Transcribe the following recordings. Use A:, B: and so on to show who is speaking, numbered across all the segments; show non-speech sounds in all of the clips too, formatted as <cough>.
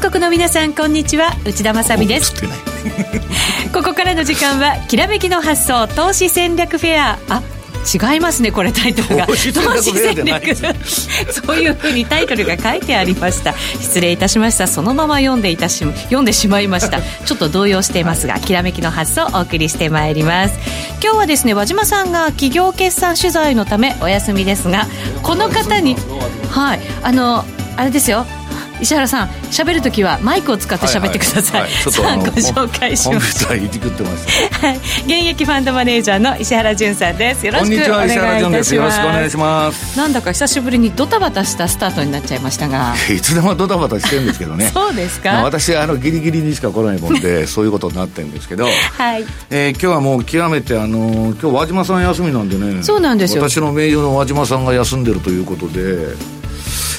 A: 国の皆さんこんにちは内田まさみですここからの時間は「きらめきの発想投資戦略フェア」あ違いますねこれタイトルが
B: <laughs> 投資戦略フェアじゃない
A: <laughs> そういうふうにタイトルが書いてありました失礼いたしましたそのまま読んでいたし読んでしまいましたちょっと動揺していますが、きらめきの発想をお送りしてまいります今日はですね和島さんが企業決算取材のためお休みですがこの方にはいあのあれですよ石原さん喋るときはマイクを使って喋ってください、
B: はいはいはいちょっとあの
A: さあご紹介し
B: コン
A: ま
B: ピュ
A: す
B: ーターいじくってます。
A: はい、現役ファンドマネージャーの石原潤さんです。よろ
B: こん
A: し
B: に
A: く
B: ち
A: お
B: は
A: 願いい
B: 石原
A: たし
B: 潤で。
A: ますす。
B: よろしくお願いします。
A: なんだか久しぶりにドタバタしたスタートになっちゃいましたが。。
B: いつでもドタバタしてるんですけどね
A: <laughs> そうです
B: まあ
A: か。
B: 私あのギリギリにしか来ないもんでそういうことになってるんですけど。
A: はい。
B: えー今日はもう極めてあのー今日和島さん休みなんでね
A: そうなんですよ
B: 私の名誉の和島さんが休んでるということで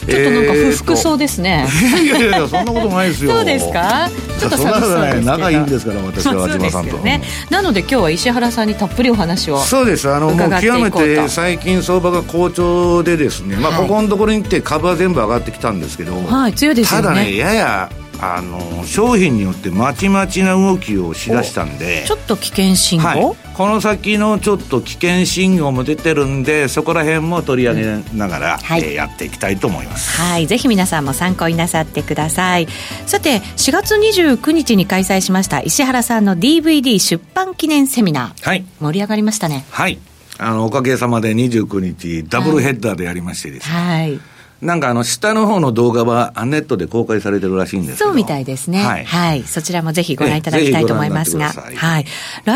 A: ちょっとなんか
B: えー
A: 不
B: と
A: 服そうですね。
B: いやいやいやそんなことないですよ
A: そうですか。ちょっと
B: そんな
A: 寂
B: こ
A: しそうです
B: とな
A: け
B: い
A: ど。
B: 仲いいんですから私は
A: まあ
B: 和
A: そうで
B: 島
A: す
B: さ
A: よ
B: んと、
A: ね。なので今日は石原さんにたっぷりお話を。
B: そうですあのもう
A: 伺っていこ
B: 極
A: う
B: め
A: と
B: て最近相場が好調でですね、まあ、
A: はい
B: ここのところに来て株は全部上がってきたんですけど、
A: はい強いですよね
B: ただねややあの商品によってまちまちな動きをしだしたんで
A: ちょっと危険信
B: はい
A: 号。、
B: この先のちょっと危険信号も出てるんでそこら辺も取り上げながら、
A: はい
B: えーやっていきたいと思います
A: はい、ぜひ皆さんも参考になさってください。さて、4月29日に開催しました石原さんの DVD 出版記念セミナー。
B: はい
A: 盛り上がりましたね。
B: はいあのおかげさまで29日ダブルヘッダーでやりましてですね、
A: はい。
B: なんかあの下の方の動画はあネットで公開されてるらしいんですけど
A: そうみたいですね。は。
B: はいい、
A: そちらもぜひご覧いただきたいと思いますが。
B: ええぜひご覧になってくださ
A: はい。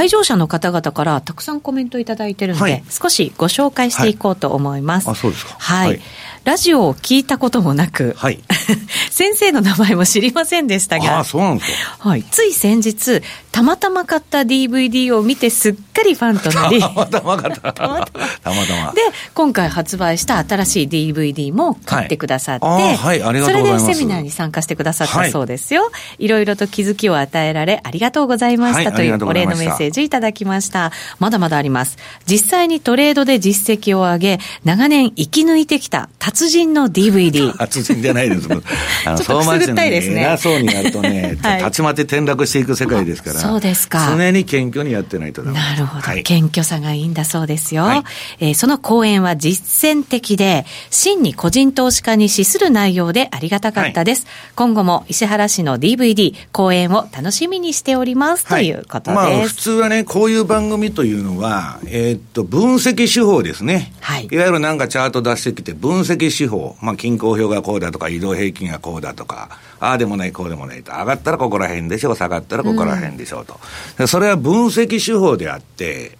A: 来場者の方々からたくさんコメントいただいてるので、
B: はい
A: 少しご紹介していこうと思います。
B: はいあそうですか
A: はい。
B: はい
A: ラジオを聞いたこともなく、
B: はい
A: <laughs> 先生の名前も知りませんでした
B: あ
A: が
B: あ、そうなんです
A: <laughs>
B: か
A: はい、つい先日、たまたま買った DVD を見てすっかりファンと
B: <laughs>
A: なり、
B: たまた
A: <laughs>
B: まかった。たまたま。
A: で、今回発売した新しい DVD も買ってくださって、
B: はいあーはいありが
A: そ
B: とう
A: れ
B: ござい
A: で
B: ます
A: セミナーに参加してくださった
B: はい
A: そうですよ。い、ろいろと気づきを与えられ、ありがとうございました
B: はい
A: とい
B: ありが
A: う
B: とう
A: お
B: ござ
A: 礼
B: い
A: の
B: ました
A: メッセージいただきました。まだまだあります。実際にトレードで実績を上げ、長年生き抜いてきた達人の DVD。
B: 達人じゃないですもん。あ
A: ちょっとくすぐったいですね、
B: 相馬市の偉そうになるとね
A: はい
B: たちまち転落していく世界ですから。
A: そうですか
B: 常に謙虚にやってないとダメ。
A: なるほど、
B: はい
A: 謙虚さがいいんだそうですよ、
B: はい
A: えーその講演は実践的で、真に個人投資家に資する内容でありがたかったです。今後も石原氏の DVD 講演を楽しみにしております、
B: は
A: ということ
B: まあ
A: で
B: 普
A: す。
B: 通はね、こういう番組というのは、えーっと、分析手法ですね。
A: はい
B: わゆるなんかチャート出してきて、分析手法。まあ、均衡表がこうだとか、移動平均がこうだとか、ああでもない、こうでもないと。上がったらここら辺でしょう、下がったらここら辺でしょうと。でそれは分析手法であって、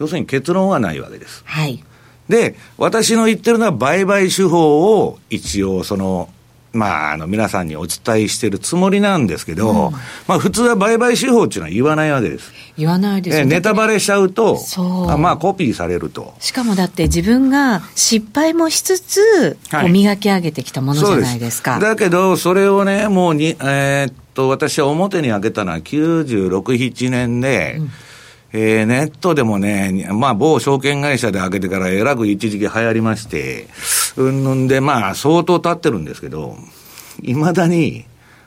B: 要するに結論はないわけです。
A: はい。
B: で、私の言ってるのは売買手法を一応その、まあ、あの皆さんにお伝えしてるつもりなんですけど、まあ普通は売買手法っていうのは言わないわけです。
A: 言わないです
B: え
A: よ
B: ネタバレしちゃうと
A: そう、
B: あまあコピーされると。
A: しかもだって自分が失敗もしつつ、
B: はい
A: こう磨き上げてきたものじゃないですか。
B: だけど、それをね、もうに、えーっと、私は表に開けたのは96、7年で、えーネットでもね、にまあ、某証券会社で開けてからえらく一時期流行りまして、うんぬんで、まあ、相当経ってるんですけど、いまだに、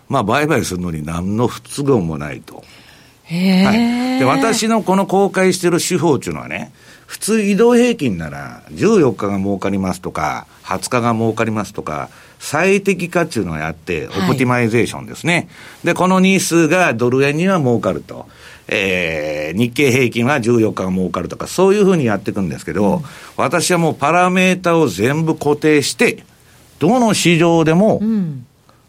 B: まあ、売買するのに何の不都合もないと。
A: へー
B: はい、で私のこの公開してる手法っていうのはね、普通移動平均なら14日が儲かりますとか、20日が儲かりますとか、最適化っていうのをやって、オ
A: はい
B: プティマイゼーションですね。で、この日数がドル円には儲かると。えー日経平均は14日が儲かるとか、そういうふうにやっていくんですけど、私はもうパラメータを全部固定して、どの市場でも、
A: うん。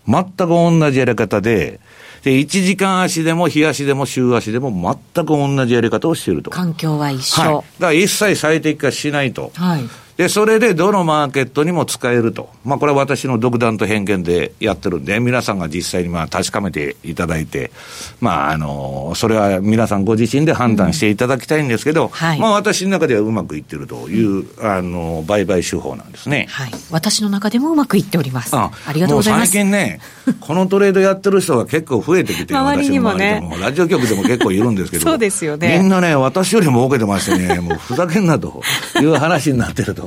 B: 全く同じやり方で、で、1時間足でも日足でも週足でも全く同じやり方をしていると。
A: 環境は一
B: はい。だ
A: 緒
B: か。ら一切最適化しないと。
A: はい。
B: で、それでどのマーケットにも使えると。まあ、これは私の独断と偏見でやってるんで、皆さんが実際にまあ確かめていただいて、まあ、あの、それは皆さんご自身で判断していただきたいんですけど、
A: はい
B: まあ、私の中ではうまくいってるという、あの、売買手法なんですね。
A: はい。私の中でもうまくいっております。ありがとうございます。
B: もう最近ね、このトレードやってる人が結構増えてきて、
A: 周りにもね
B: 私の周りでもラジオ局でも結構いるんですけど、
A: そうですよね
B: みんなね、私よりも受けてましてね、もうふざけんなという話になってる
A: <laughs>
B: と。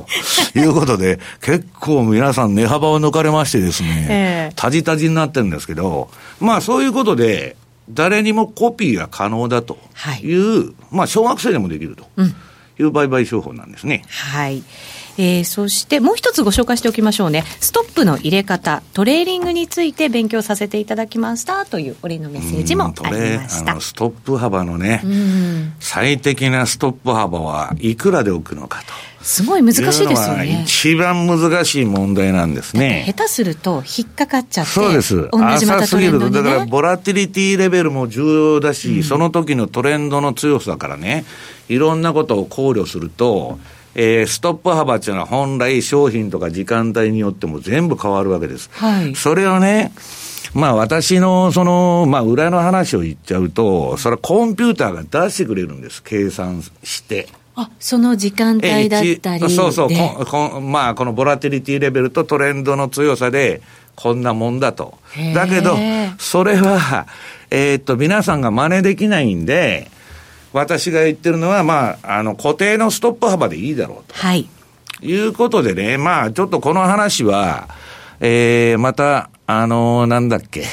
B: ということで、結構皆さん値幅を抜かれましてですね、
A: ええ
B: タジタジになってるんですけど、まあそういうことで、誰にもコピーが可能だと
A: はい
B: いう、まあ小学生でもできるという売買商法なんですね。
A: はい。えーそしてもう一つご紹介しておきましょうね。ストップの入れ方、トレーリングについて勉強させていただきましたというお礼のメッセージも
B: うんと
A: あり
B: ね
A: まし
B: あ
A: た
B: の。ストップ幅のね、
A: うん、
B: 最適なストップ幅はいくらで置くのかと。
A: すごい難しいです
B: うの
A: よ
B: は
A: ね。
B: 一番難しい問題なんですね。
A: 下手すると引っかかっちゃって、
B: そうです。
A: 同じまた
B: 浅
A: ト
B: す
A: レ
B: ぎ
A: ン
B: る
A: ド
B: と、
A: に
B: だから、
A: ね。
B: ボラティリティレベルも重要だし、その時のトレンドの強さからね、いろんなことを考慮すると、えーストップ幅っていうのは本来商品とか時間帯によっても全部変わるわけです。
A: はい
B: それをね、まあ私のその、まあ裏の話を言っちゃうと、それはコンピューターが出してくれるんです。計算して。
A: あ、その時間
B: ええ
A: 帯だったりで。
B: 一そうそう、こんこんまあ、このボラティリティレベルとトレンドの強さで、こんなもんだと
A: へー。
B: だけど、それは、えーっと、皆さんが真似できないんで、私が言ってるのは、まあ、あの、固定のストップ幅でいいだろうと。
A: はい。
B: いうことでね、まあ、ちょっとこの話は、えー、また、あのなんだっけ、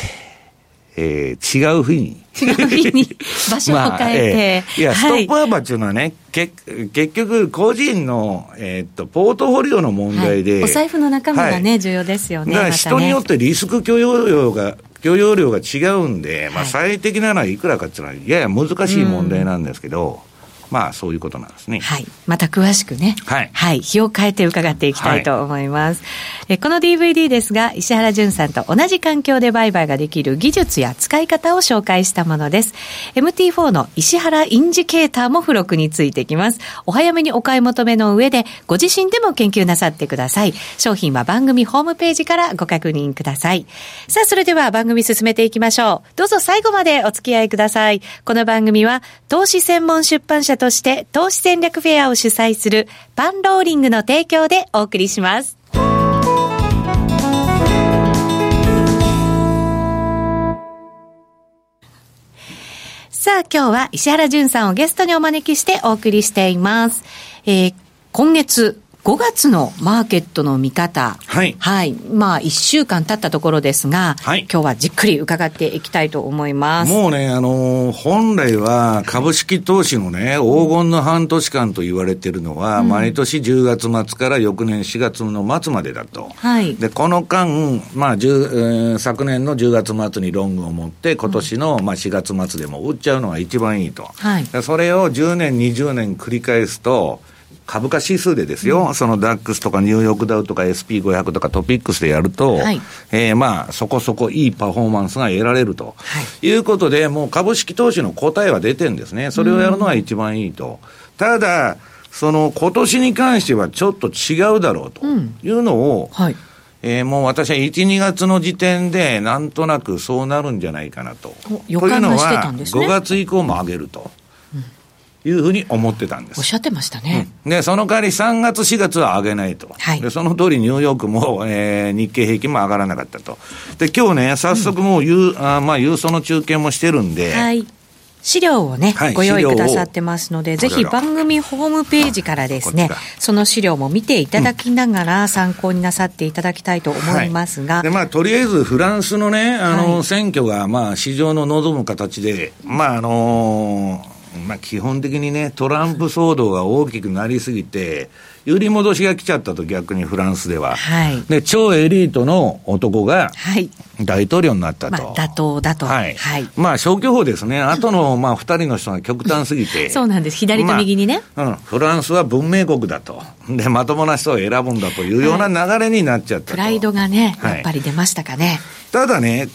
B: えー、違う日に。
A: 違う日に場所を
B: まあ
A: 変え
B: ええ
A: て。
B: いや、スト
A: は
B: ップ幅っていうのはね、け結局、個人の、えーっと、ポートフォリオの問題で、
A: はいお財布の中身がね、
B: は
A: 重要ですよ
B: い
A: ね。
B: だから
A: また
B: 人
A: ね
B: によってリスク許容量が、許容量が違うんで、ま
A: は
B: あ、
A: い
B: 最適なのはいくらかっていうのは、やや難しい問題なんですけど、まあ、そういうことなんですね。
A: はい。また詳しくね。
B: はい
A: 日を変えて伺っていきたいと思います。えこの DVD ですが、石原淳さんと同じ環境で売買ができる技術や使い方を紹介したものです。MT4 の石原インジケーターも付録についてきます。お早めにお買い求めの上で、ご自身でも研究なさってください。商品は番組ホームページからご確認ください。さあ、それでは番組進めていきましょう。どうぞ最後までお付き合いください。この番組は、投資専門出版社として投資戦略フェアを主催するパンローリングの提供でお送りします。さあ今日は石原淳さんをゲストにお招きしてお送りしています。えー今月5月のマーケットの見方。
B: はい
A: はい。まあ1週間経ったところですが、
B: はい
A: 今日はじっくり伺っていきたいと思います。
B: もうね、あのー本来は株式投資のね、黄金の半年間と言われてるのは、毎年10月末から翌年4月の末までだと。
A: はい
B: で、この間、まあ、10えー昨年の10月末にロングを持って、今年の、まあ、4月末でも売っちゃうのが一番いいと。
A: はい
B: でそれを10年、20年繰り返すと、株価指数でですよ、そのダックスとかニューヨークダウとか SP500 とかトピックスでやると、
A: はい
B: えーまあ、そこそこいいパフォーマンスが得られると、、
A: はい
B: うことで、もう株式投資の答えは出てるんですね、それをやるのが一番いいと、ただ、その今年に関してはちょっと違うだろうというのを、
A: はい。
B: えーもう私は1、2月の時点で、なんとなくそうなるんじゃないかなと。
A: お予感がしてたんですね
B: というのは、5月以降も上げると、いうふうに思ってたんで
A: おっ
B: す。
A: しゃってましたね。
B: で、その代わり3月、4月は上げないと。
A: はい
B: でその通りニューヨークも、えー日経平均も上がらなかったと。で、今日ね、早速もう、ゆうあーまあ、郵送の中継もしてるんで、
A: はい。資料をね、
B: はい
A: ご用意
B: 資料を
A: くださってますので、ぜひ
B: こちら
A: 番組ホームページからですね
B: こっち、
A: その資料も見ていただきながら参考になさっていただきたいと思いますが、
B: はいでまあ、とりあえずフランスのね、あの、
A: はい
B: 選挙が、まあ、市場の望む形で、まあ、あのまあ、基本的にね、トランプ騒動が大きくなりすぎて、売り戻しが来ちゃったと逆にフランスでは。
A: はい
B: で、超エリートの男が
A: はい。
B: 大統領になった
A: まあ
B: と。、
A: 妥当だと。
B: はい。まあ、消去法ですね。後の、 <laughs> まあ、二人の人が極端すぎて。
A: そうなんです左と右にね
B: まあうん。フランスは文明国だと。で、まともな人を選ぶんだというような流れになっちゃったと。
A: プライドがね、
B: はい
A: やっぱり出ましたかね。
B: ただね、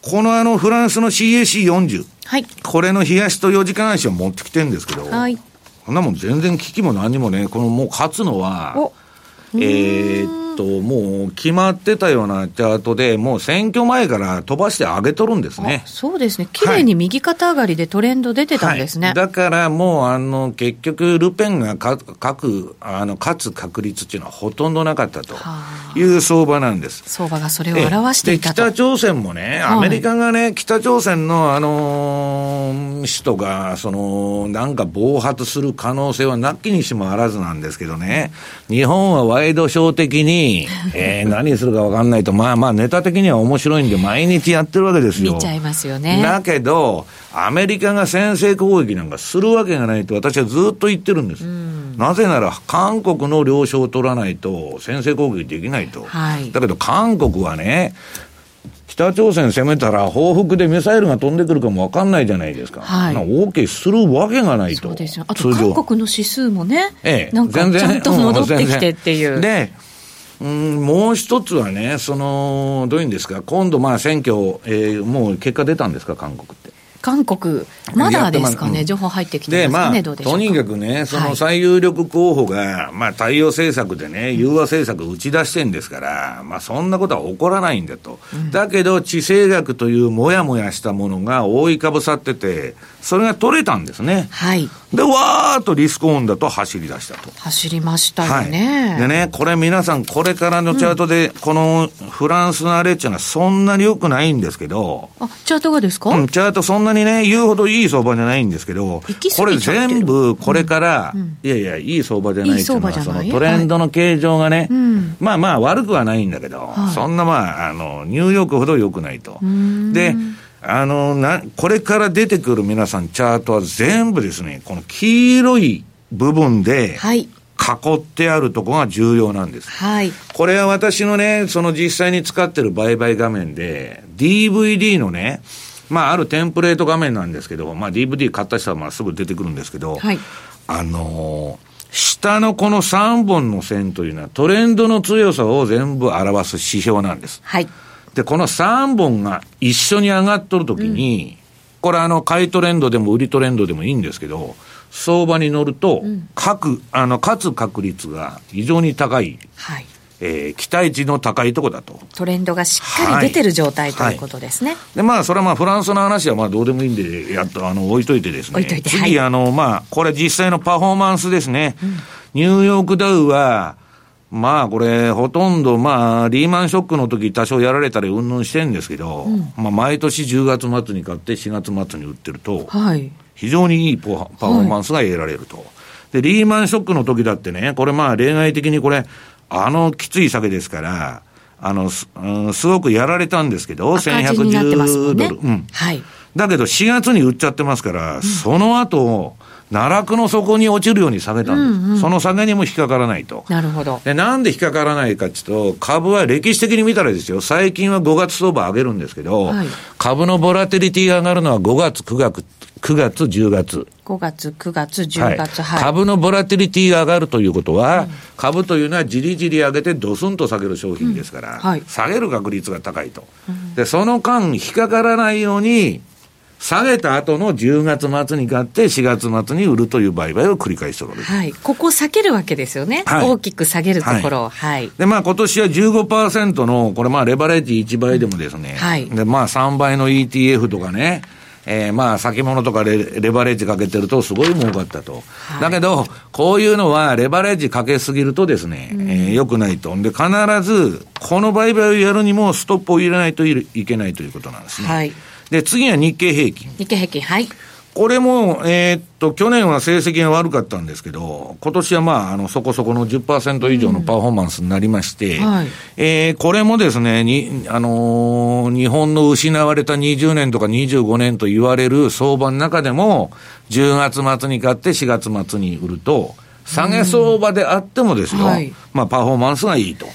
B: このあのフランスの CAC40、
A: はい。
B: これの冷やしと4時間足を持ってきてるんですけど、
A: はい
B: こんなもん全然危機も何もね、このもう勝つのは
A: お、
B: えーっと、もう決まってたようなチャートで、もう選挙前から飛ばして上げとるんですね。
A: そうですね、綺麗に右肩上がりでトレンド出てたんですね。
B: はい、だからもうあの結局、ルペンがかくあの勝つ確率っていうのはほとんどなかったという相場なんです。
A: 相場がそれを表していた
B: 北朝鮮もね、アメリカがね、はい、北朝鮮の、あのー、首都がそのなんか暴発する可能性はなきにしもあらずなんですけどね、日本はワイドショー
A: <laughs>
B: 的に、えー、何するか分かんないと、まあまあ、ネタ的には面白いんで、毎日やってるわけですよ。
A: 見ちゃいますよね。
B: だけど、アメリカが先制攻撃なんかするわけがないと私はずっと言ってるんです。なぜなら、韓国の了承を取らないと、先制攻撃できないと。はい、だけど、韓国はね、北朝鮮攻めたら、報復でミサイルが飛んでくるかも分かんないじゃないですか、はい、OK するわけがないと、そう
A: ですよあと韓国の指数もね、ええ、なんかちゃんと戻ってきてっていう。
B: でうん、もう一つはね、そのどういうんですか、今度、まあ選挙、えー、もう結果出たんですか、韓国って。
A: 韓国、まだですかね、まあ、情報入ってきてますね、まあ、
B: とにかくね、その最有力候補が、はい、まあ、対応政策でね、融和政策打ち出してんですから、まあ、そんなことは起こらないんだと、うん、だけど、地政学というもやもやしたものが覆いかぶさってて、それが取れたんですね。
A: はい、
B: で、わーっとリスクオンだと走り出したと。
A: 走りましたよね、
B: はい、でね、これ皆さん、これからのチャートで、うん、このフランスのあれっていうのは、そんなによくないんですけど、
A: あチャートがですか、
B: うん、チャートそんなにね、言うほどいい相場じゃないんですけど、これ全部これから、うんうん、いやいや、いい相場じゃないっていうのは、いいそのトレンドの形状がね、はいうん、まあまあ悪くはないんだけど、はい、そんなまあ、あの、ニューヨークほど良くないと。で、あのな、これから出てくる皆さん、チャートは全部ですね、この黄色い部分で、はい囲ってあるとこが重要なんです。
A: はい。
B: これは私のね、その実際に使ってる売買画面で、DVD のね、まあ、あるテンプレート画面なんですけど、まあ、DVD 買った人はまあすぐ出てくるんですけど、はい、あのー、下のこの3本の線というのはトレンドの強さを全部表す指標なんです。
A: はい、
B: で、この3本が一緒に上がっとるときに、うん、これあの、買いトレンドでも売りトレンドでもいいんですけど、相場に乗ると、うん、各、あの、勝つ確率が非常に高い。
A: はい。
B: えー、期待値の高いとこだと。、
A: トレンドがしっかり出てる状態、はい、ということですね。はい
B: で、まあ、それはまあ、フランスの話はまあ、どうでもいいんで、やっと、あの、置いといてですね。
A: 置いといて。
B: 次、
A: はい、
B: あの、まあ、これ実際のパフォーマンスですね。うん、ニューヨークダウは、まあこれ、ほとんど、まあ、リーマンショックの時多少やられたり、うんぬんしてんですけど、うん、まあ、毎年10月末に買って、4月末に売ってると、
A: はい、
B: 非常にいいパフォーマンスが得られると。で、リーマンショックの時だってね、これまあ、例外的にこれ、あのきつい酒ですから、あのす,、うん、すごくやられたんですけど、
A: 1110
B: ドル、ね、
A: うんはい、
B: だけど、4月に売っちゃってますから、うん、その後奈落の底に落ちるように下げたんです、うんうん、その下げにも引っかからないと。
A: なるほど
B: でなんで引っかからないかっていうと、株は歴史的に見たらですよ、最近は5月相場上げるんですけど、はい、株のボラテリティが上がるのは5月、9月、9月、10月。、
A: 5月、9月、10月、はい
B: 株のボラティリティが上がるということは、うん、株というのはじりじり上げてドスンと下げる商品ですから、うんはい、下げる確率が高いと、うん、で、その間、引っかからないように、下げた後の10月末に買って、4月末に売るという売買を繰り返しておる、
A: はい、ここ避けるわけですよね、はい、大きく下げるところを、はい、はい、
B: でまあ今年は15%の、これ、まあレバレッジ1倍でもですね、はい、でまあ3倍の ETF とかね、えー、まあ先物とかレレバレッジかけてると、すごい儲かったと、はい、だけど、こういうのはレバレッジかけすぎるとですね、うん、えー、よくないと、で必ずこの売買をやるにもストップを入れないといけないということなんですね。
A: はい
B: で、次は日経平均。
A: 日経平均、はい。
B: これも、えー、っと、去年は成績が悪かったんですけど、今年はまあ、あの、そこそこの10%以上のパフォーマンスになりまして、うんはい、えー、これもですね、に、あのー、日本の失われた20年とか25年と言われる相場の中でも、10月末に買って4月末に売ると、下げ相場であってもですよ、うんはい、まあ、パフォーマンスがいいと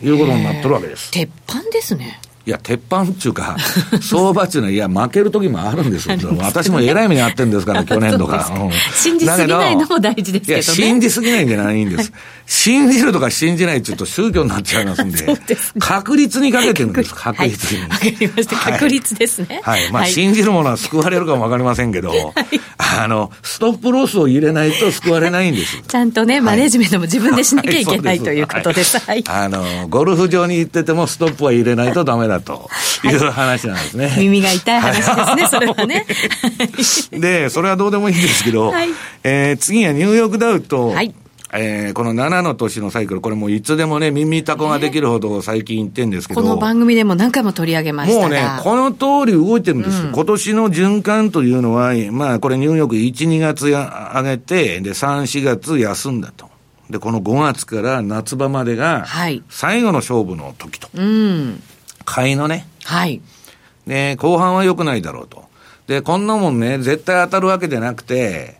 B: いうことになってるわけです。
A: 鉄板ですね。
B: いや、鉄板っていうか、 <laughs> 相場っていうのは、いや、負ける時もあるんで
A: <laughs>
B: すよ。私も偉い目にあってんですから、去年とか。
A: うん、信じすぎないのも大事ですけど、ね、いや、
B: 信じすぎないんじゃないんです。信じるとか信じないって言うと宗教になっちゃいま
A: <laughs>
B: すんで、でね、確率にかけてるんです、確率に。
A: わ、はい、かりました、確率ですね。
B: はい。はい、まあ、はい、信じるものは救われるかもわかりませんけど、あの、ストップロスを入れないと救われないんです。
A: ちゃんとね、マネジメントも自分でしなきゃいけない、ということです。はい。
B: あの、ゴルフ場に行っててもストップは入れないとダメだという話なんですね。
A: はい、耳が痛い話ですね、それはね。
B: <laughs> で、それはどうでもいいんですけど、はい、えー、次はニューヨークダウと、はい、えー、この7の年のサイクル、これもういつでもね、耳たこができるほど最近言ってんですけ
A: <laughs>
B: ど、
A: この番組でも何回も取り上げました
B: もうね、この通り動いてるんです、うん、今年の循環というのは、まあ、これ、ニューヨーク1、2月や上げて、で3、4月休んだと。で、この5月から夏場までが、最後の勝負の時と。はい、うん買いのね。
A: はい。
B: で、後半は良くないだろうと。で、こんなもんね、絶対当たるわけじゃなくて、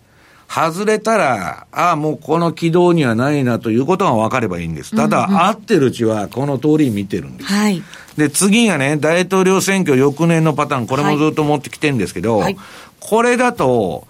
B: 外れたら、ああ、もうこの軌道にはないなということが分かればいいんです。ただ、うんうん、合ってるうちはこの通り見てるんです。
A: はい。
B: で、次がね、大統領選挙翌年のパターン、これもずっと持ってきてるんですけど、はい、これだと、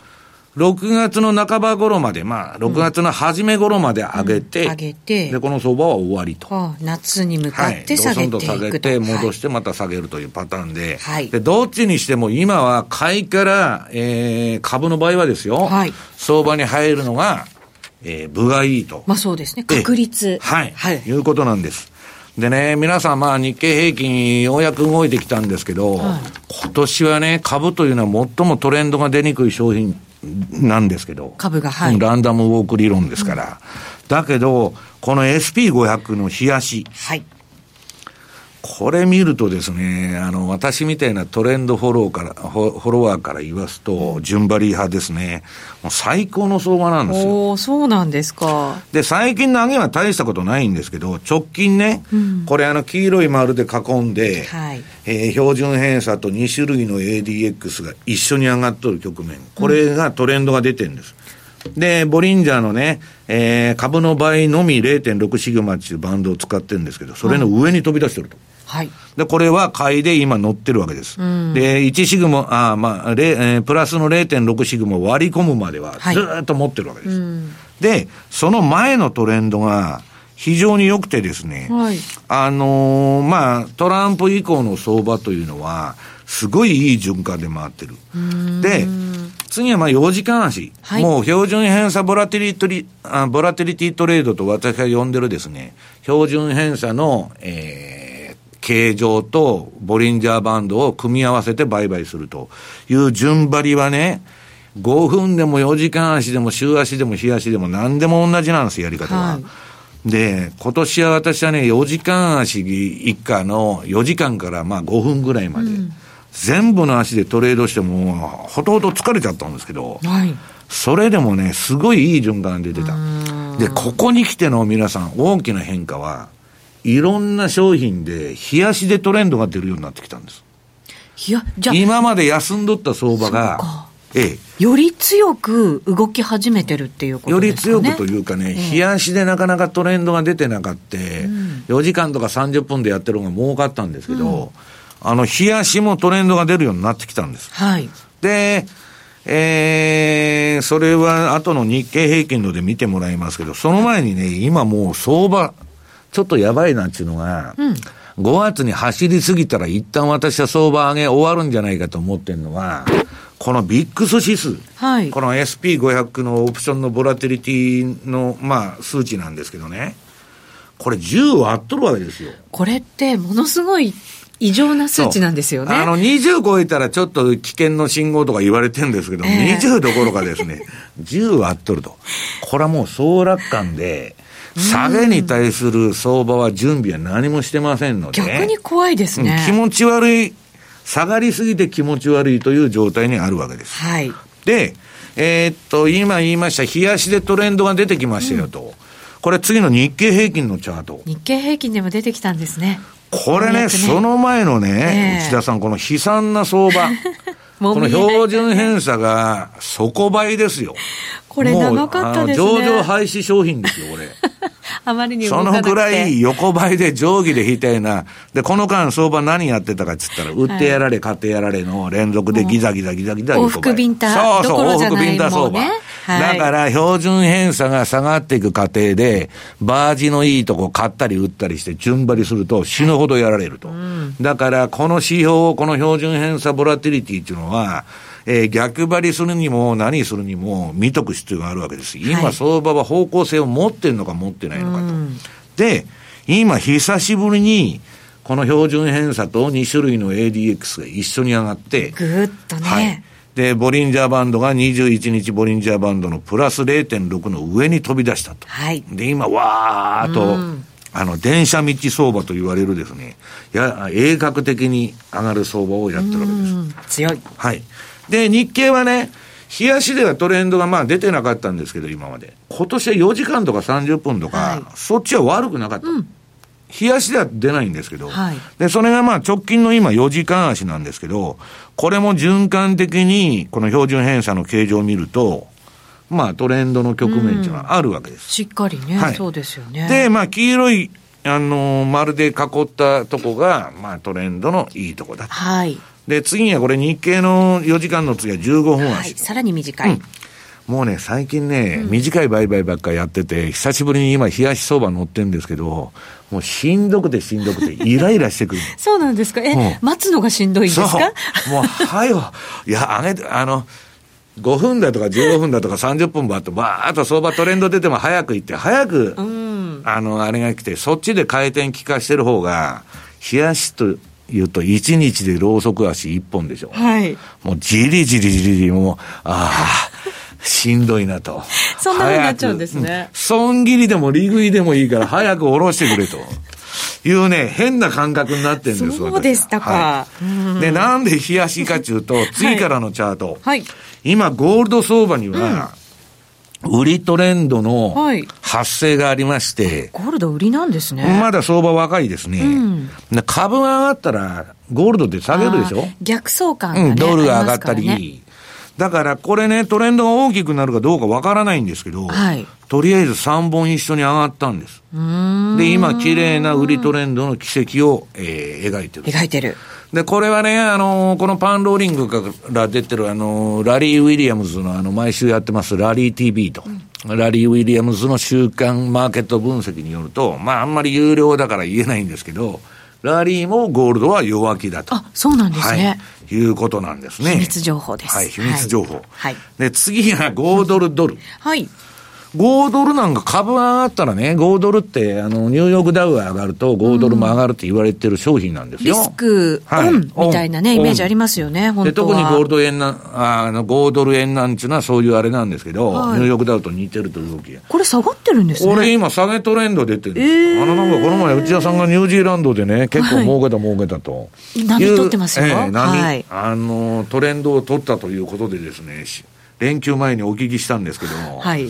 B: 6月の半ば頃まで、まあ、6月の初め頃まで上げて、うんうん、上げて、で、この相場は終わりと。
A: はあ、夏に向かって下げていくと、はい、
B: 下げて、戻してまた下げるというパターンで、はい、で、どっちにしても今は買いから、えー、株の場合はですよ、はい、相場に入るのが、えー、分がいいと。
A: まあそうですね、確率。
B: はい、はい、いうことなんです。でね、皆さん、まあ、日経平均、ようやく動いてきたんですけど、はい、今年はね、株というのは最もトレンドが出にくい商品なんですけど。
A: 株が、はい。
B: ランダムウォーク理論ですから。うん、だけど、この SP500 の冷やし。
A: はい。
B: これ見るとですね、あの、私みたいなトレンドフォローから、フォロワーから言わすと、順張り派ですね。もう最高の相場なんですよ。
A: おそうなんですか。
B: で、最近の上げは大したことないんですけど、直近ね、うん、これあの、黄色い丸で囲んで、はい、えー、標準偏差と2種類の ADX が一緒に上がっとる局面。これがトレンドが出てるんです。うん、で、ボリンジャーのね、えー、株の場合のみ0.6シグマっていうバンドを使ってるんですけど、それの上に飛び出してると。はい
A: はい、
B: でこれは買いで今乗ってるわけです。うん、で、1シグマ、あまあ、えー、プラスの0.6シグマ割り込むまではずっと持ってるわけです。はいうん、で、その前のトレンドが非常に良くてですね、はい、あのー、まあ、トランプ以降の相場というのは、すごいいい循環で回ってる。で、次はまあ4時間足。はい、もう標準偏差ボラティリトリあ、ボラティリティトレードと私が呼んでるですね、標準偏差の、えー、形状とボリンジャーバンドを組み合わせて売買するという順張りはね、5分でも4時間足でも週足でも日足でも何でも同じなんですよ、やり方は。はい、で、今年は私はね、4時間足以下の4時間からまあ5分ぐらいまで、うん、全部の足でトレードしても、ほとほと疲れちゃったんですけど、はい、それでもね、すごいいい循環で出た。で、ここに来ての皆さん、大きな変化は、いろんな商品で、冷やしでトレンドが出るようになってきたんです。
A: いや、じゃ
B: 今まで休んどった相場が、
A: ええ、より強く動き始めてるっていうこと、ね、
B: より強くというかね、冷やしでなかなかトレンドが出てなかった、うん、4時間とか30分でやってる方が儲かったんですけど、うん、あの、冷やしもトレンドが出るようになってきたんです。
A: はい。
B: で、えー、それは後の日経平均ので見てもらいますけど、その前にね、今もう相場、ちょっとやばいなっていうのが、うん、5月に走りすぎたら一旦私は相場上げ終わるんじゃないかと思ってるのは、このビックス指数、はい、この SP500 のオプションのボラティリティの、まあ、数値なんですけどね、これ10割っとるわけですよ。
A: これってものすごい異常な数値なんですよね。
B: あの、20超えたらちょっと危険の信号とか言われてるんですけど、えー、20どころかで
A: <laughs>
B: すね、10割っとると。これはもう総楽観で、下げに対する相場は準備は何もしてませんので、
A: 逆に怖いですね、
B: 気持ち悪い、下がりすぎて気持ち悪いという状態にあるわけです。
A: はい、
B: で、えー、っと、今言いました、冷やしでトレンドが出てきましたよと、うん、これ、次の日経平均のチャート。
A: 日経平均でも出てきたんですね。
B: これね、ねその前のね、えー、内田さん、この悲惨な相場。この標準偏差が底倍ですよ。
A: これ長かったです
B: ね。上場廃止商品ですよ、これ。
A: あまりに動
B: そ
A: かな
B: の
A: くて
B: ぐらい横ばいで定規で引いたような、で、この間相場何やってたかっつったら、売ってやられ、買ってやられの連続でギザギザギザギザ横ばい。
A: 往復ビンタ
B: そう
A: どこ
B: そう、
A: ろじ
B: 往
A: ゃ
B: 復
A: ない
B: ビンタ相場。
A: もうねはい
B: だから、標準偏差が下がっていく過程で、バージのいいとこ買ったり売ったりして、順張りすると死ぬほどやられると。だから、この指標を、この標準偏差ボラティリティっていうのは、えー逆張りするにも何するにも見とく必要があるわけです。
A: は
B: 今
A: い
B: 相場は方向性を持ってるのか持ってないのかと。で、今久しぶりに、この標準偏差と2種類の ADX が一緒に上がって、
A: ぐーっとね、
B: はい。で、ボリンジャーバンドが21日ボリンジャーバンドのプラス0.6の上に飛び出したと。
A: はい
B: で、今、わーっと、あの、電車道相場と言われるですね、や、鋭角的に上がる相場をやってるわけです。
A: うん強い
B: はい。で、日経はね、冷やしではトレンドがまあ出てなかったんですけど、今まで。今年は4時間とか30分とか、
A: は
B: そっちは悪くなかった。冷やしでは出ないんですけど、
A: はい
B: で、それがまあ直近の今4時間足なんですけど、これも循環的にこの標準偏差の形状を見ると、まあトレンドの局面っていうのはあるわけです。
A: しっかりね、
B: はい
A: そうですよね
B: で、まあ黄色い、あのー丸で囲ったとこが、まあトレンドのいいとこだと。
A: はい、
B: で、次にはこれ日経の4時間の次は15分
A: は
B: 足
A: い、。さらに短い、
B: もうね、最近ね、短い売買ばっかやってて、久しぶりに今、冷やし相場乗ってるんですけど、もうしんどくてしんどくて、イライ
A: <laughs>
B: ラしてくる。
A: そうなんですかえ、
B: うん
A: 待つのがしんどいんです
B: そう
A: か。
B: もう、はよ。いや、あげて、あの、5分だとか15分だとか30分ばっと、ばーっと相場トレンド出ても早く行って、早く、あの、あれが来て、そっちで回転効かしてる方が、冷やしというと、1日でろうそく足1本でしょ。
A: はい
B: もうじりじりじりじり、もう、ああ、しんどいなと。
A: <laughs> そんな風になっちゃうんですね
B: 早くうん損切りでも利食いでもいいから早く下ろしてくれと。いうね、変な感覚になってるんです
A: そう
B: 私は
A: でしたか
B: はいで、なんで冷やしかっていうと、次からのチャート。
A: はい
B: 今、ゴールド相場には、売りトレンドの
A: はい
B: 発生がありまして、
A: ゴールド売りなんですね、
B: まだ相場若いですね。で株が上がったら、ゴールドって下げるでしょ
A: あー逆相関が、ね
B: うん、ドルが上がった
A: あ
B: り。
A: ますからね
B: だからこれね、トレンドが大きくなるかどうかわからないんですけど、
A: はい
B: とりあえず3本一緒に上がったんです。で、今、綺麗な売りトレンドの軌跡を、えー描いてる。
A: 描いてる
B: で、これはね、あのーこのパンローリングから出てる、あのーラリー・ウィリアムズの、あの、毎週やってます、ラリー TV と、ラリー・ウィリアムズの週間マーケット分析によると、まあ、あんまり有料だから言えないんですけど、ラリーもゴールドは弱気だと。
A: あそうなんですね、
B: はい、いうことなんですね。
A: 秘密情報です
B: はい、秘密情報。
A: はいはい
B: で、次が5ドルドル。
A: はい
B: 5ドルなんか株が上がったらね、5ドルって、あの、ニューヨークダウが上がると5ドルも上がるって言われてる商品なんです
A: リ
B: よ。
A: スクオ
B: はい
A: ンみたいなね、
B: オン
A: イメージありますよね、
B: で
A: 本当
B: 特
A: は。
B: にゴールド円なん、ああの、5ドル円なんちゅうのはそういうあれなんですけど、
A: はい
B: ニューヨークダウと似てると動きが。
A: これ下がってるんですね。
B: これ今下げトレンド出てるんですよ、
A: えー
B: あのなんかこの前内田さんがニュージーランドでね結構儲けた儲けたと、いう
A: 波取ってますよ
B: ええ波、
A: はい
B: あのトレンドを取ったということでですねし連休前にお聞きしたんですけど、
A: はい。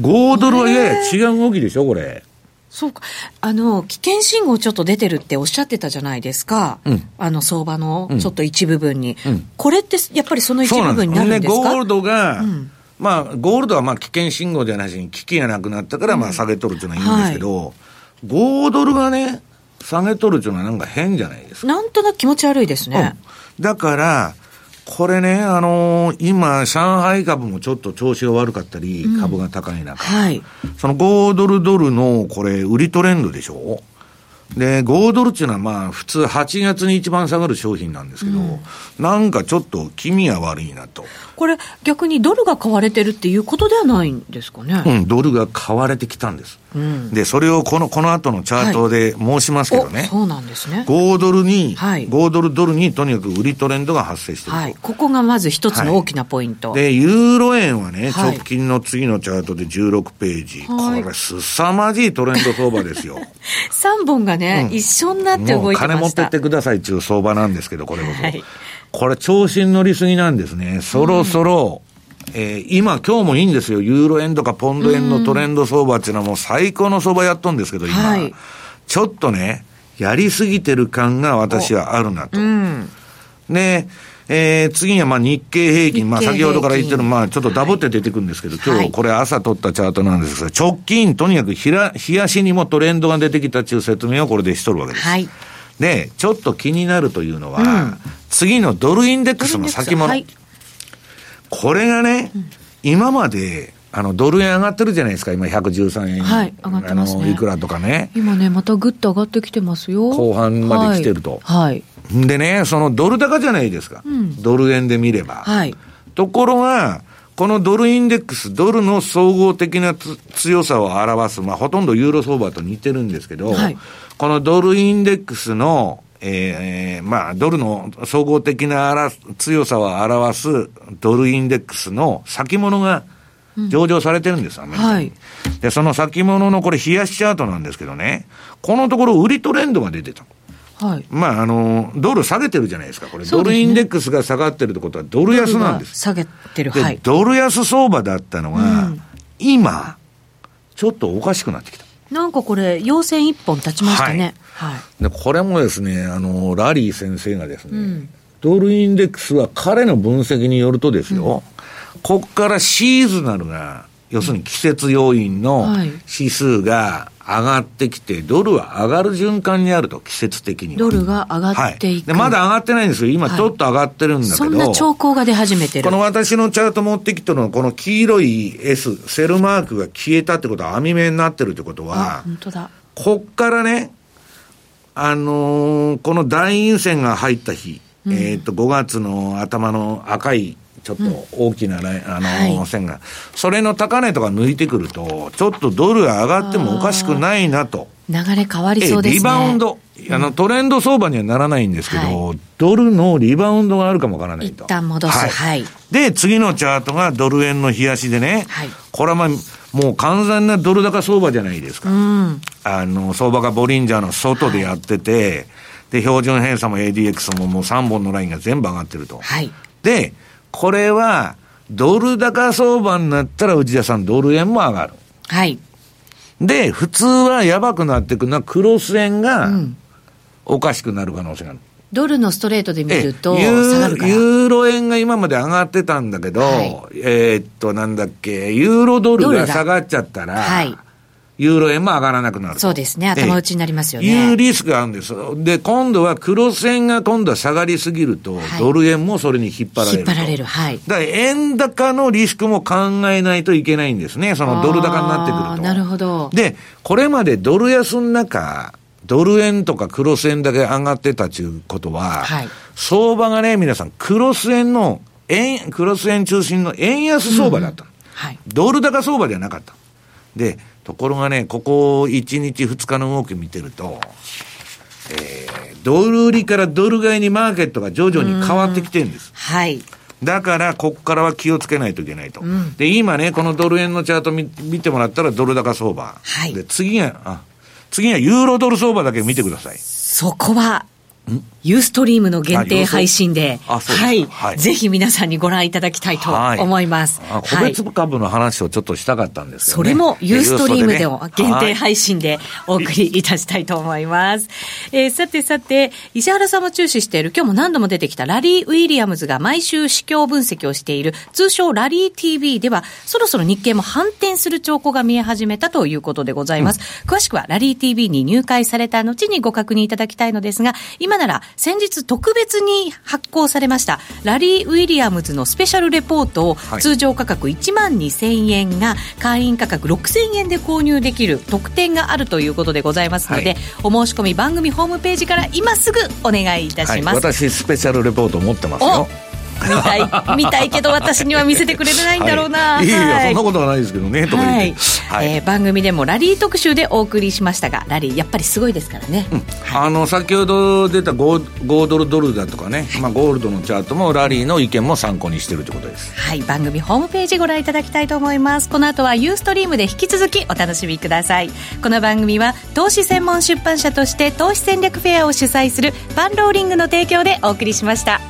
B: 5ドルはやや違う動きでしょこれ
A: そうか。あの、危険信号ちょっと出てるっておっしゃってたじゃないですか。
B: うん
A: あの、相場のちょっと一部分に。
B: うん
A: これって、やっぱりその一
B: そうな
A: 部
B: んで
A: 分
B: す
A: になるんですか
B: ゴールドが、
A: ん
B: まあゴールドはまあ危険信号じゃないし危機がなくなったからまあ下げとるっていうのはいいんですけど、5ドルがね下げとるっていうのはなんか変じゃないですか
A: なんとなく気持ち悪いですね。
B: うんだから、これね、あのー今、上海株もちょっと調子が悪かったり、株が高い中、
A: はい。
B: その5ドルドルの、これ、売りトレンドでしょで、5ドルっていうのは、まあ、普通8月に一番下がる商品なんですけど、なんかちょっと気味が悪いなと。
A: これ、逆にドルが買われてるっていうことではないんですかね。
B: うん、ドルが買われてきたんです。
A: うん
B: で、それをこの、この後のチャートで申しますけど
A: お、
B: ね、
A: そうなんですね。
B: 5ドルに、
A: はい
B: 5ドルドルにとにかく売りトレンドが発生してると。
A: はい。ここがまず一つの大きなポイント。
B: で、ユーロ円はね、
A: はい
B: 直近の次のチャートで16ページ。
A: はい
B: これ、すさまじいトレンド相場
A: <laughs>
B: ですよ。
A: 3本がね、一緒になって
B: も
A: 動
B: う
A: いてました。
B: 金持ってってくださいっていう相場なんですけど、これこそ。
A: はい
B: これ、調子に乗りすぎなんですね。そろそろ、えー今、今日もいいんですよ。ユーロ円とかポンド円のトレンド相場っていうのはもう最高の相場やっとんですけど、今。
A: はい
B: ちょっとね、やりすぎてる感が私はあるな
A: う
B: と。
A: ん。
B: ね、えー次にはまあ日経平均、まあ
A: 日経平
B: 先
A: 均
B: ほどから言ってる、まあちょっとダブって出てくるんですけど、今
A: はい
B: 日これ朝取ったチャートなんですが、直近、とにかくひら、冷やしにもトレンドが出てきたっていう説明をこれでしとるわけです。
A: はい
B: で、ちょっと気になるというのは、
A: うん
B: 次のドルインデックスの先物。
A: はい
B: これがね、今まで、あの、ドル円上がってるじゃないですか、今113円。
A: はい上がってますね
B: あの、いくらとかね。
A: 今ねまたぐっと上がってきてますよ
B: 後半まで来てると
A: はい
B: でね、そのドル高じゃないですか。
A: うん
B: ドル円で見れば。
A: はい、
B: ところが、このドルインデックス、ドルの総合的なつ強さを表す、まあ、ほとんどユーロ相場と似てるんですけど、
A: はい
B: このドルインデックスの、えーえーまあ、ドルの総合的なあら強さを表すドルインデックスの先物が上場されてるんです、アメリカに
A: はい
B: で、その先物のこれ、冷やしチャートなんですけどね、このところ売りトレンドが出てた。
A: はい、
B: まあ、あの、ドル下げてるじゃないですか、これ。
A: そう
B: ド
A: ですね
B: ルインデックスが下がってるってことは、ドル安なんです。
A: 下げてる
B: で、
A: はい
B: ドル安相場だったのが、
A: うん
B: 今、ちょっとおかしくなってきた。
A: なんかこれ陽線一本立ちましたねはい、
B: で、これもですね、あの、ラリー先生がですね、
A: うん
B: ドルインデックスは彼の分析によるとですよ、こっからシーズナルな、要するに季節要因の
A: はい
B: 指数が上がってきて、ドルは上がる循環にあると、季節的には。
A: ドルが上がってい
B: は
A: く、
B: でまだ上がってないんですよ。今
A: はい
B: ちょっと上がってるんだけど。
A: そんな兆候が出始めてる
B: この私のチャート持ってきてるのは、この黄色い S、セルマークが消えたってことは網目になってるってこと
A: あ
B: は、
A: 本当だ
B: こっからね、あのーこの大陰線が入った日、えっと、5月の頭の赤い、ちょっと大きなライン、あのー
A: はい
B: 線が、それの高値とか抜いてくると、ちょっとドルが上がってもおかしくないなと。
A: 流れ変わり
B: ええ
A: そうですね
B: リバウンド。あの、トレンド相場にはならないんですけど、
A: は
B: ドルのリバウンドがあるかもわからないと。
A: 一旦戻すはい
B: で、次のチャートがドル円の冷やしでね、
A: はい
B: これはまあ、もう完全なドル高相場じゃないですか。
A: うん
B: あの、相場がボリンジャーの外でやってて、で、標準偏差も ADX ももう3本のラインが全部上がってると。
A: はい
B: で、これは、ドル高相場になったら内田さん、ドル円も上がる。
A: はい
B: で、普通はやばくなってくるのはクロス円が
A: うん
B: おかしくなる可能性がある。
A: ドルのストレートで見
B: ええ
A: ると
B: ユ
A: 下がる
B: ー
A: から
B: ユーロ円が今まで上がってたんだけど、
A: はい
B: えーっと、なんだっけ、ユーロドル
A: ドル
B: が
A: が
B: 下がっちゃったら、
A: はい
B: ユーロ円も上がらなくなると。
A: そうですね
B: ええ
A: 頭打ちになりますよね
B: いうリスクがあるんです。で、今度はクロス円が今度は下がりすぎると、
A: はい
B: ドル円もそれに引っ張られる
A: 引っ
B: と。
A: 張られるはい
B: だから円高のリスクも考えないといけないんですね。そのドル高になってくると。
A: あーなるほど
B: で、これまでドル安の中、ドル円とかクロス円だけ上がってたということは、
A: はい
B: 相場がね、皆さん、クロス円の、円、クロス円中心の円安相場だったの。
A: はい
B: ドル高相場じゃなかった。で、ところがね、ここ1日2日の動き見てると、えードル売りからドル買いにマーケットが徐々に変わってきてるんです。
A: はい
B: だから、ここからは気をつけないといけないと。で、今ね、このドル円のチャート見見てもらったら、ドル高相場。
A: はい
B: で、次が、あ、次はユーロドル相場だけ見てください。
A: そこはユーストリームの限定配信で、
B: あ予想あそう
A: は
B: で
A: い、
B: すかはい
A: ぜひ皆さんにご覧いただきたいと
B: はい
A: 思います。
B: あ個
A: はい
B: 別株の話をちょっとしたかったんですよ
A: そ
B: ね。
A: れもユーストリームで
B: ユ
A: も
B: ースト
A: 限
B: ね
A: 定配信でお送りいたしたいと思います。えーさてさて、石原さんも注視している、今日も何度も出てきたラリー・ウィリアムズが毎週市況分析をしている、通称ラリー TV では、そろそろ日経も反転する兆候が見え始めたということでございます。詳しくはラリー TV に入会された後にご確認いただきたいのですが、今なら先日特別に発行されました、ラリー・ウィリアムズのスペシャルレポートを
B: はい
A: 通常価格1万2000円が会員価格6000円で購入できる特典があるということでございますので、
B: はい
A: お申し込み番組ホームページから今すぐお願いいた
B: は
A: し
B: い、
A: ます、
B: 私、スペシャルレポート持ってますよ。
A: 見たい
B: <laughs>
A: 見たいけど私には見せてくれないんだろうな、
B: はい、いやいや、そんな
A: は
B: ことはないですけどね、とか
A: は
B: 言
A: い
B: って。はい
A: えー番組でもラリー特集でお送りしましたがラリーやっぱりすごいですからね、
B: あの先ほど出た 5, ドルドルだとかね、まあ、ゴールドのチャートもラリーの意見も参考にしてるってことです
A: はい番組ホームページご覧いただきたいと思いますこの後はユーストリームで引き続きお楽しみくださいこの番組は投資専門出版社として投資戦略フェアを主催するパンローリングの提供でお送りしました